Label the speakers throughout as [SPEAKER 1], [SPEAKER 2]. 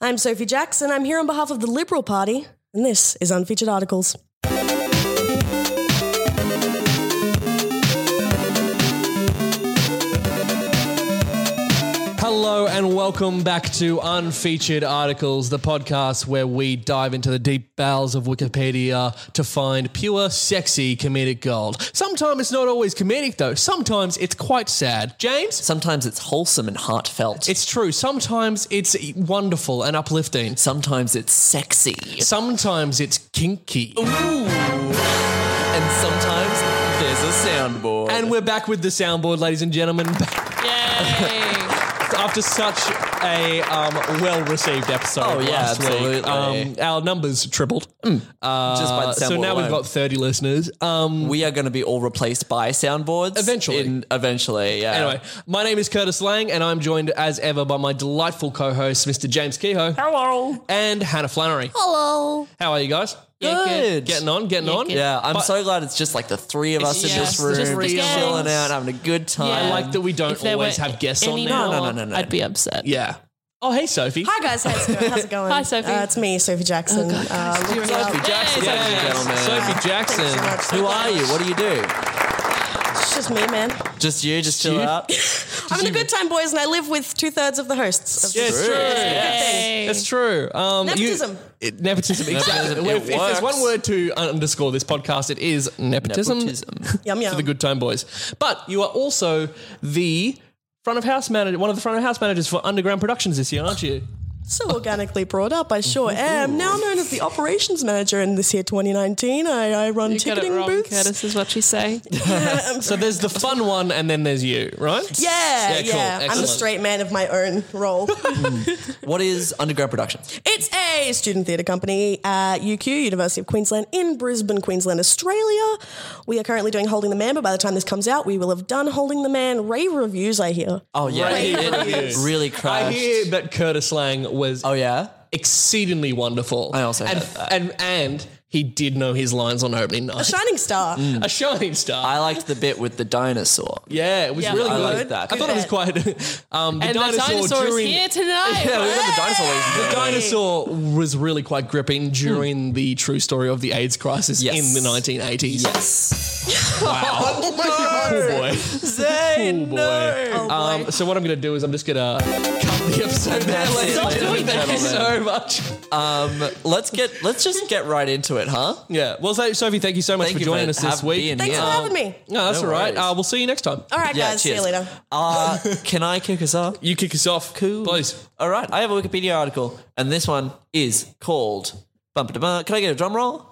[SPEAKER 1] I'm Sophie Jackson. I'm here on behalf of the Liberal Party, and this is Unfeatured Articles.
[SPEAKER 2] Hello and welcome back to Unfeatured Articles, the podcast where we dive into the deep bowels of Wikipedia to find pure, sexy comedic gold. Sometimes it's not always comedic, though. Sometimes it's quite sad. James?
[SPEAKER 3] Sometimes it's wholesome and heartfelt.
[SPEAKER 2] It's true. Sometimes it's wonderful and uplifting.
[SPEAKER 3] sometimes it's sexy.
[SPEAKER 2] Sometimes it's kinky.
[SPEAKER 3] And sometimes there's a soundboard.
[SPEAKER 2] And we're back with the soundboard, ladies and gentlemen.
[SPEAKER 3] yay!
[SPEAKER 2] After such a um, well received episode
[SPEAKER 3] Oh, yeah,
[SPEAKER 2] last
[SPEAKER 3] absolutely.
[SPEAKER 2] week, um, our numbers tripled. Uh,
[SPEAKER 3] Just by the
[SPEAKER 2] so
[SPEAKER 3] soundboard
[SPEAKER 2] now we've
[SPEAKER 3] alone.
[SPEAKER 2] got 30 listeners. Um,
[SPEAKER 3] we are going to be all replaced by soundboards
[SPEAKER 2] Eventually.
[SPEAKER 3] In, eventually, yeah.
[SPEAKER 2] Anyway, my name is Curtis Lang, and I'm joined as ever by my delightful co host, Mr. James Kehoe. Hello. And Hannah Flannery.
[SPEAKER 3] hello.
[SPEAKER 2] How are you guys?
[SPEAKER 3] Yeah, good.
[SPEAKER 2] Getting on, getting on.
[SPEAKER 3] Yeah, I'm
[SPEAKER 2] But
[SPEAKER 3] so glad it's just like the three of us in
[SPEAKER 4] yeah,
[SPEAKER 3] this
[SPEAKER 4] just
[SPEAKER 3] room,
[SPEAKER 4] the
[SPEAKER 3] just,
[SPEAKER 4] three of
[SPEAKER 3] chilling
[SPEAKER 4] us.
[SPEAKER 3] out, having a good time.
[SPEAKER 2] I like that we don't
[SPEAKER 4] If there
[SPEAKER 2] always
[SPEAKER 4] were
[SPEAKER 2] have guests on
[SPEAKER 4] any
[SPEAKER 2] now.
[SPEAKER 3] No, no,
[SPEAKER 4] more,
[SPEAKER 3] no, no, no.
[SPEAKER 4] I'd be upset.
[SPEAKER 2] Yeah. Oh, hey, Sophie.
[SPEAKER 1] Hi, guys. How's it going? How's it going?
[SPEAKER 4] Hi, Sophie. Oh,
[SPEAKER 1] Uh, it's me, Sophie Jackson. Uh,
[SPEAKER 4] Do you
[SPEAKER 1] look-
[SPEAKER 4] remember-
[SPEAKER 3] Sophie Jackson,
[SPEAKER 4] Hey,
[SPEAKER 3] ladies and
[SPEAKER 4] Sophie.
[SPEAKER 3] gentlemen.
[SPEAKER 2] Sophie Jackson.
[SPEAKER 1] so
[SPEAKER 3] Who
[SPEAKER 1] much.
[SPEAKER 3] are you? What do you do?
[SPEAKER 1] it's just me, man.
[SPEAKER 3] Just you? Just chill
[SPEAKER 2] you?
[SPEAKER 3] out?
[SPEAKER 1] I'm in a good time, boys, and I live with two thirds of the hosts. Of
[SPEAKER 2] Yeah,
[SPEAKER 1] this
[SPEAKER 2] it's true.
[SPEAKER 4] Hey.
[SPEAKER 2] It's true. Um, you-
[SPEAKER 1] Nepotism.
[SPEAKER 2] it, nepotism. Exactly.
[SPEAKER 3] Nepotism, it
[SPEAKER 2] if, if there's
[SPEAKER 3] works.
[SPEAKER 2] one word to underscore this podcast, it is nepotism.
[SPEAKER 3] Nepotism.
[SPEAKER 1] Yum yum.
[SPEAKER 2] for the good time boys. But you are also the front of house manager, one of the front of house managers for Underground Productions this year, aren't you?
[SPEAKER 1] so organically brought up, I sure am. Now known as the operations manager in this year 2019. I, I run
[SPEAKER 4] You got it
[SPEAKER 1] ticketing
[SPEAKER 4] wrong,
[SPEAKER 1] booths.
[SPEAKER 4] Curtis, is what you say.
[SPEAKER 2] So there's the fun one, and then there's you, right?
[SPEAKER 1] Yeah, yeah.
[SPEAKER 2] cool.
[SPEAKER 1] I'm the
[SPEAKER 2] Excellent.
[SPEAKER 1] straight man of my own role.
[SPEAKER 3] What is Underground Productions?
[SPEAKER 1] It's a student theatre company at UQ, University of Queensland, in Brisbane, Queensland, Australia. We are currently doing Holding the Man, but by the time this comes out, we will have done Holding the Man. Rave reviews, I hear.
[SPEAKER 3] Oh, yeah.
[SPEAKER 2] Rave
[SPEAKER 3] It
[SPEAKER 2] reviews.
[SPEAKER 3] really
[SPEAKER 2] I
[SPEAKER 3] crashed.
[SPEAKER 2] hear that Curtis Lang was
[SPEAKER 3] Oh, yeah?
[SPEAKER 2] exceedingly wonderful.
[SPEAKER 3] I also
[SPEAKER 2] and,
[SPEAKER 3] heard that.
[SPEAKER 2] and and he did know his lines on opening night.
[SPEAKER 1] Shining Star.
[SPEAKER 2] A shining star.
[SPEAKER 3] I liked the bit with the dinosaur.
[SPEAKER 2] yeah, it was
[SPEAKER 4] Yeah.
[SPEAKER 2] really
[SPEAKER 4] I
[SPEAKER 2] good.
[SPEAKER 3] liked that.
[SPEAKER 2] I thought it was quite. Um, the
[SPEAKER 4] and
[SPEAKER 2] dinosaur
[SPEAKER 4] the dinosaur
[SPEAKER 2] during
[SPEAKER 4] is here tonight.
[SPEAKER 3] Yeah, we got the dinosaur. ladies and
[SPEAKER 2] The
[SPEAKER 3] gentlemen.
[SPEAKER 2] dinosaur was really quite gripping during the true story of the AIDS crisis
[SPEAKER 3] Yes.
[SPEAKER 2] in the 1980s.
[SPEAKER 3] Yes.
[SPEAKER 2] Wow. Oh boy.
[SPEAKER 3] Zane,
[SPEAKER 2] Boy.
[SPEAKER 3] Oh,
[SPEAKER 2] Um, so what I'm going to do is I'm just going to cut the episode there.
[SPEAKER 3] That's it,
[SPEAKER 2] Stop
[SPEAKER 3] ladies
[SPEAKER 2] doing
[SPEAKER 3] and
[SPEAKER 2] that so
[SPEAKER 3] gentlemen.
[SPEAKER 2] much.
[SPEAKER 3] Um, Let's get. Let's just get right into it, huh?
[SPEAKER 2] Yeah. Well, so, Sophie, thank you so much
[SPEAKER 3] Thank
[SPEAKER 2] for
[SPEAKER 3] you
[SPEAKER 2] joining
[SPEAKER 3] for
[SPEAKER 2] us this
[SPEAKER 3] having-
[SPEAKER 2] week.
[SPEAKER 3] being
[SPEAKER 1] Thanks
[SPEAKER 3] here.
[SPEAKER 1] for having me.
[SPEAKER 2] No, that's
[SPEAKER 3] No
[SPEAKER 2] all right.
[SPEAKER 3] worries.
[SPEAKER 2] Uh, we'll see you next time.
[SPEAKER 1] All right,
[SPEAKER 3] Yeah,
[SPEAKER 1] guys. See you
[SPEAKER 3] cheers.
[SPEAKER 1] later.
[SPEAKER 3] Uh, can I kick us off?
[SPEAKER 2] You kick us off. Cool. Please.
[SPEAKER 3] All right, I have a Wikipedia article, and this one is called. Bum, ba, da, ba. Can I get a drum roll?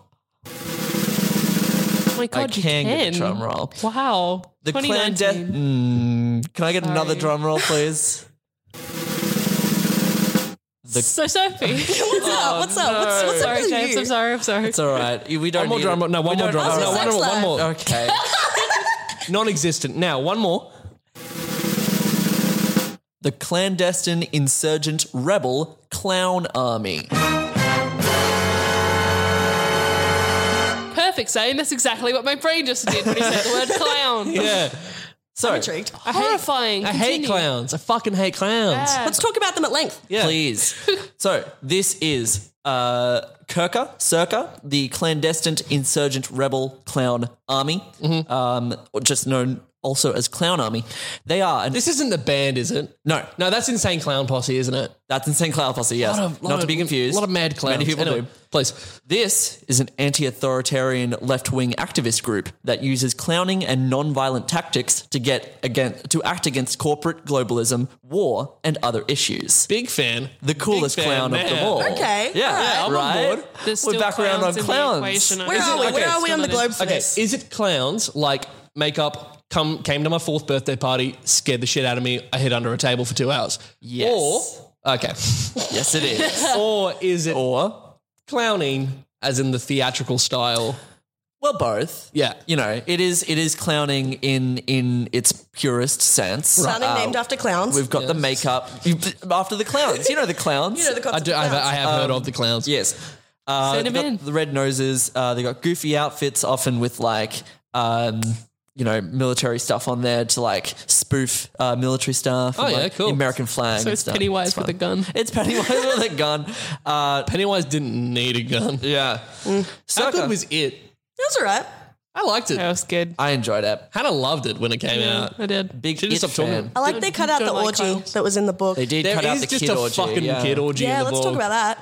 [SPEAKER 4] Oh my god,
[SPEAKER 3] I
[SPEAKER 4] you
[SPEAKER 3] can get a
[SPEAKER 4] can.
[SPEAKER 3] drum roll.
[SPEAKER 4] Wow.
[SPEAKER 3] The clan
[SPEAKER 4] 2019.
[SPEAKER 3] death. Mm, can I get another
[SPEAKER 4] Sorry.
[SPEAKER 3] drum roll, please?
[SPEAKER 4] So Sophie. Oh,
[SPEAKER 1] What's up? What's up? What's, what's up
[SPEAKER 4] sorry,
[SPEAKER 1] with
[SPEAKER 4] James.
[SPEAKER 1] you?
[SPEAKER 4] I'm sorry. I'm sorry.
[SPEAKER 3] It's all right. We don't
[SPEAKER 2] One more
[SPEAKER 3] need
[SPEAKER 2] drum
[SPEAKER 3] it.
[SPEAKER 2] roll. No,
[SPEAKER 3] We
[SPEAKER 2] one more
[SPEAKER 3] don't-
[SPEAKER 2] drum roll.
[SPEAKER 1] Oh,
[SPEAKER 2] No,
[SPEAKER 1] so
[SPEAKER 2] one more. One
[SPEAKER 1] sex
[SPEAKER 2] more.
[SPEAKER 3] Okay.
[SPEAKER 2] Non-existent. Now, one more.
[SPEAKER 3] the clandestine insurgent rebel clown army.
[SPEAKER 4] Perfect, Zane. That's exactly what my brain just did when he said the word clown.
[SPEAKER 2] Yeah.
[SPEAKER 3] So,
[SPEAKER 1] Intrigued.
[SPEAKER 4] Horrifying.
[SPEAKER 2] I hate
[SPEAKER 4] Continue.
[SPEAKER 2] clowns. I fucking hate clowns.
[SPEAKER 4] Yeah.
[SPEAKER 1] Let's talk about them at length.
[SPEAKER 2] Yeah.
[SPEAKER 3] please. so this is uh, Kirka, Circa, the clandestine insurgent rebel clown army,
[SPEAKER 2] Mm-hmm.
[SPEAKER 3] um, or just known also as clown army. They are an,
[SPEAKER 2] This isn't the band, is it?
[SPEAKER 3] no,
[SPEAKER 2] No, that's insane clown posse, isn't it?
[SPEAKER 3] that's insane clown posse. Yes,
[SPEAKER 2] Lot of- lot
[SPEAKER 3] not to
[SPEAKER 2] of-
[SPEAKER 3] be confused.
[SPEAKER 2] A lot of mad clowns.
[SPEAKER 3] Many people
[SPEAKER 2] Anyway,
[SPEAKER 3] do.
[SPEAKER 2] Please.
[SPEAKER 3] This is an anti-authoritarian left-wing activist group that uses clowning and non-violent tactics to get against to act against corporate globalism, war, and other issues.
[SPEAKER 2] Big fan.
[SPEAKER 3] The coolest
[SPEAKER 2] fan,
[SPEAKER 3] clown of
[SPEAKER 2] man.
[SPEAKER 3] them all.
[SPEAKER 1] Okay,
[SPEAKER 3] Yeah,
[SPEAKER 1] alright.
[SPEAKER 2] I'm on
[SPEAKER 3] right.
[SPEAKER 2] board.
[SPEAKER 4] There's
[SPEAKER 3] We're
[SPEAKER 4] still
[SPEAKER 3] back around on
[SPEAKER 4] in the
[SPEAKER 3] clowns.
[SPEAKER 4] equation. I
[SPEAKER 1] Where
[SPEAKER 4] don't
[SPEAKER 1] are we?
[SPEAKER 4] know.
[SPEAKER 1] Where are we on the globe for
[SPEAKER 2] Okay,
[SPEAKER 1] this?
[SPEAKER 2] is it clowns like make up come came to my fourth birthday party, scared the shit out of me. I hid under a table for two hours.
[SPEAKER 3] Yes.
[SPEAKER 2] Or okay.
[SPEAKER 3] Yes, it is.
[SPEAKER 2] or is it
[SPEAKER 3] or
[SPEAKER 2] clowning as in the theatrical style?
[SPEAKER 3] well, both.
[SPEAKER 2] Yeah.
[SPEAKER 3] You know, it is it is clowning in in its purest sense.
[SPEAKER 1] Sounding named after clowns.
[SPEAKER 3] um, Uh, We've got the makeup you- after the clowns. You know the clowns.
[SPEAKER 1] you know the
[SPEAKER 2] I
[SPEAKER 1] concept
[SPEAKER 2] do.
[SPEAKER 1] of
[SPEAKER 2] I've,
[SPEAKER 1] clowns.
[SPEAKER 2] I have
[SPEAKER 3] Um,
[SPEAKER 2] heard of the clowns.
[SPEAKER 3] Yes. Uh,
[SPEAKER 4] Send
[SPEAKER 3] they've
[SPEAKER 4] 'em
[SPEAKER 3] got
[SPEAKER 4] in.
[SPEAKER 3] The red noses. Uh, they got goofy outfits, often with like, um, you know, military stuff on there to like spoof uh, military stuff.
[SPEAKER 2] Oh,
[SPEAKER 3] and,
[SPEAKER 2] yeah,
[SPEAKER 3] like,
[SPEAKER 2] cool.
[SPEAKER 3] the American flag.
[SPEAKER 4] So
[SPEAKER 3] and
[SPEAKER 4] it's
[SPEAKER 3] stuff.
[SPEAKER 4] Pennywise with
[SPEAKER 3] fun.
[SPEAKER 4] a gun.
[SPEAKER 3] It's Pennywise with a gun. Uh,
[SPEAKER 2] Pennywise didn't need a gun.
[SPEAKER 3] yeah.
[SPEAKER 2] Mm. How
[SPEAKER 3] Sucker.
[SPEAKER 2] good was it?
[SPEAKER 1] That's all right.
[SPEAKER 2] I liked it.
[SPEAKER 4] I was scared.
[SPEAKER 3] I enjoyed it.
[SPEAKER 2] Hannah loved it when it came
[SPEAKER 4] Yeah,
[SPEAKER 2] out.
[SPEAKER 4] I did.
[SPEAKER 3] Big
[SPEAKER 2] Should've
[SPEAKER 3] it
[SPEAKER 2] stopped
[SPEAKER 3] fan.
[SPEAKER 2] talking.
[SPEAKER 1] I like they cut out
[SPEAKER 4] don't
[SPEAKER 1] the
[SPEAKER 4] like
[SPEAKER 1] orgy
[SPEAKER 4] clowns.
[SPEAKER 1] that was in the book.
[SPEAKER 3] They did
[SPEAKER 2] There
[SPEAKER 3] cut out
[SPEAKER 2] is
[SPEAKER 3] the
[SPEAKER 2] just
[SPEAKER 3] kid
[SPEAKER 2] a
[SPEAKER 3] orgy.
[SPEAKER 2] fucking
[SPEAKER 3] yeah.
[SPEAKER 2] kid orgy.
[SPEAKER 1] Yeah,
[SPEAKER 2] in the
[SPEAKER 1] let's
[SPEAKER 2] book.
[SPEAKER 1] talk about that.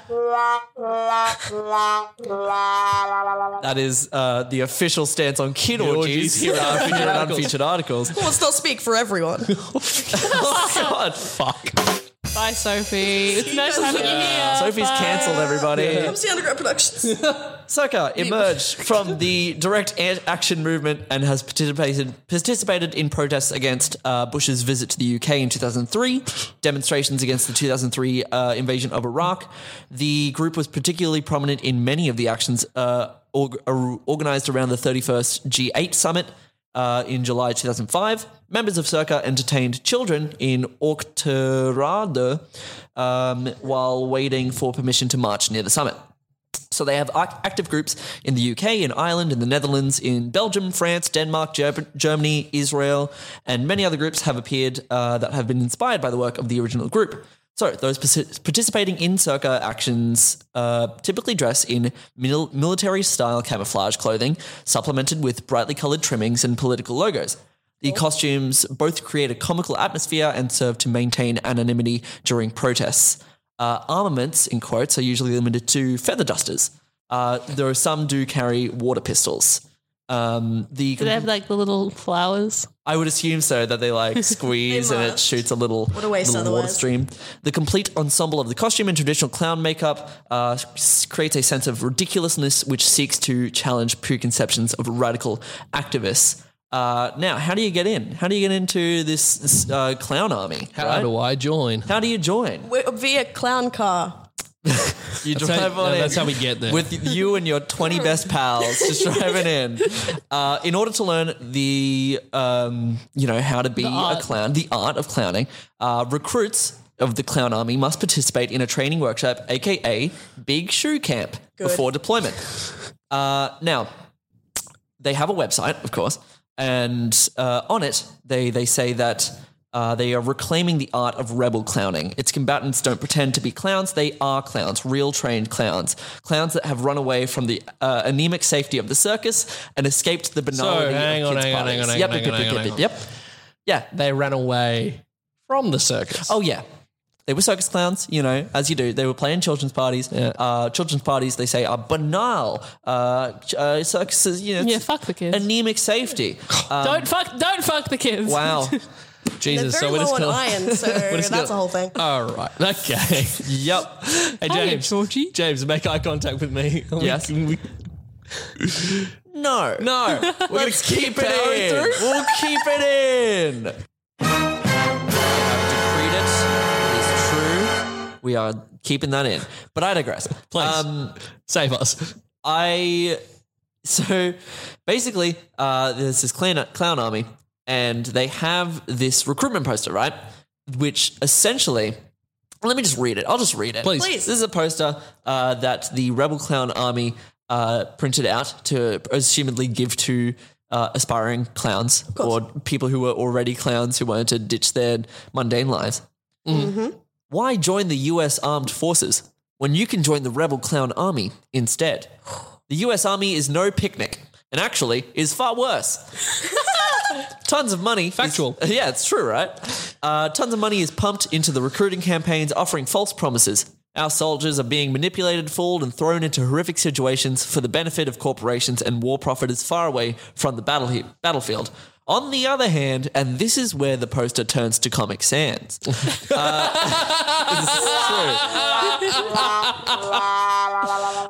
[SPEAKER 3] That is uh, the official stance on kid
[SPEAKER 2] Kid
[SPEAKER 3] orgies
[SPEAKER 2] orgies.
[SPEAKER 3] here at Featured
[SPEAKER 2] Articles.
[SPEAKER 3] and Unfeatured Articles.
[SPEAKER 1] Well, let's not speak for everyone.
[SPEAKER 3] Oh, God. Fuck.
[SPEAKER 4] Bye, Sophie. It's nice having you here.
[SPEAKER 3] Sophie's
[SPEAKER 4] Bye.
[SPEAKER 3] cancelled, everybody.
[SPEAKER 1] Come see Underground Productions.
[SPEAKER 3] Soka emerged from the direct a- action movement and has participated participated in protests against uh, Bush's visit to the UK in 2003, demonstrations against the 2003 uh, invasion of Iraq. The group was particularly prominent in many of the actions uh, org- or- organized around the 31st G8 summit. Uh, in July 2005, members of Circa entertained children in Orterado um, while waiting for permission to march near the summit. So they have ac- active groups in the UK, in Ireland, in the Netherlands, in Belgium, France, Denmark, Ger- Germany, Israel, and many other groups have appeared uh, that have been inspired by the work of the original group. So those partic- participating in Circa actions uh, typically dress in mil- military-style camouflage clothing, supplemented with brightly coloured trimmings and political logos. The costumes both create a comical atmosphere and serve to maintain anonymity during protests. Uh, armaments, in quotes, are usually limited to feather dusters. Uh, there are some do carry water pistols. Um, the
[SPEAKER 4] Do they have like the little flowers?
[SPEAKER 3] I would assume so that they like squeeze
[SPEAKER 1] They
[SPEAKER 3] and it
[SPEAKER 1] must.
[SPEAKER 3] shoots a little,
[SPEAKER 1] What a waste
[SPEAKER 3] little water
[SPEAKER 1] otherwise.
[SPEAKER 3] stream. The complete ensemble of the costume and traditional clown makeup uh, s- creates a sense of ridiculousness which seeks to challenge preconceptions of radical activists. Uh, now, how do you get in? How do you get into this, this, uh, clown army?
[SPEAKER 2] How
[SPEAKER 3] right?
[SPEAKER 2] do I join?
[SPEAKER 3] How do you join?
[SPEAKER 1] We're via clown car.
[SPEAKER 3] You
[SPEAKER 2] That's
[SPEAKER 3] drive
[SPEAKER 2] how-
[SPEAKER 3] on
[SPEAKER 2] no,
[SPEAKER 3] in.
[SPEAKER 2] that's how we get there.
[SPEAKER 3] With you and your 20 best pals just driving in. Uh, in order to learn the, um, you know, how to be a clown, the art of clowning, uh, recruits of the clown army must participate in a training workshop, aka Big Shoe Camp, before deployment. Uh, now, they have a website, of course, and uh, on it they they say that uh, they are reclaiming the art of rebel clowning. Its combatants don't pretend to be clowns; they are clowns, real trained clowns, clowns that have run away from the uh, anemic safety of the circus and escaped the banality
[SPEAKER 2] hang
[SPEAKER 3] of
[SPEAKER 2] on,
[SPEAKER 3] kids'
[SPEAKER 2] hang on, hang
[SPEAKER 3] parties.
[SPEAKER 2] on, hang
[SPEAKER 3] yep,
[SPEAKER 2] on,
[SPEAKER 3] yep,
[SPEAKER 2] hang on,
[SPEAKER 3] yep,
[SPEAKER 2] hang
[SPEAKER 3] yep,
[SPEAKER 2] on.
[SPEAKER 3] yep. Yeah.
[SPEAKER 2] They ran away from the circus.
[SPEAKER 3] Oh yeah. They were circus clowns, you know, as you do. They were playing children's parties. Uh, children's parties, they say, are banal. Uh, ch- uh, circuses, you know,
[SPEAKER 4] Yeah,
[SPEAKER 3] it's
[SPEAKER 4] fuck the kids.
[SPEAKER 3] Anemic safety. Uh,
[SPEAKER 4] don't fuck. Don't fuck the kids.
[SPEAKER 3] Um, Wow.
[SPEAKER 1] They're
[SPEAKER 2] Jesus!
[SPEAKER 1] very
[SPEAKER 2] so we're
[SPEAKER 1] low
[SPEAKER 2] just
[SPEAKER 1] on
[SPEAKER 2] gonna-
[SPEAKER 1] iron, so that's
[SPEAKER 2] gonna-
[SPEAKER 1] the whole thing.
[SPEAKER 2] All right. Okay.
[SPEAKER 3] yep.
[SPEAKER 2] Hey,
[SPEAKER 4] Hiya,
[SPEAKER 2] James.
[SPEAKER 4] Georgie.
[SPEAKER 2] James, make eye contact with me. We-
[SPEAKER 3] Yes.
[SPEAKER 2] we-
[SPEAKER 3] No.
[SPEAKER 2] no.
[SPEAKER 3] We're going to keep it
[SPEAKER 2] powering
[SPEAKER 3] in.
[SPEAKER 2] through.
[SPEAKER 3] We'll keep it in. I've decreed it. It is true. We are keeping that in. But I digress. Um,
[SPEAKER 2] Please. Save us.
[SPEAKER 3] I so basically, uh, there's this clown, clown army, and they have this recruitment poster, right? Which essentially, let me just read it. I'll just read it,
[SPEAKER 2] Please.
[SPEAKER 1] Please.
[SPEAKER 3] This is a poster uh, that the Rebel Clown Army uh, printed out to assumedly give to. Uh, aspiring clowns or people who were already clowns who wanted to ditch their mundane lives. Why join the US Armed Forces when you can join the Rebel Clown Army instead? The US Army is no picnic, and actually is far worse. tons of money. is-
[SPEAKER 2] Factual.
[SPEAKER 3] yeah, it's true, right? Uh, tons of money is pumped into the recruiting campaigns, offering false promises. Our soldiers are being manipulated, fooled, and thrown into horrific situations for the benefit of corporations and war profiteers far away from the battle he- battlefield. On the other hand, and this is where the poster turns to Comic Sans.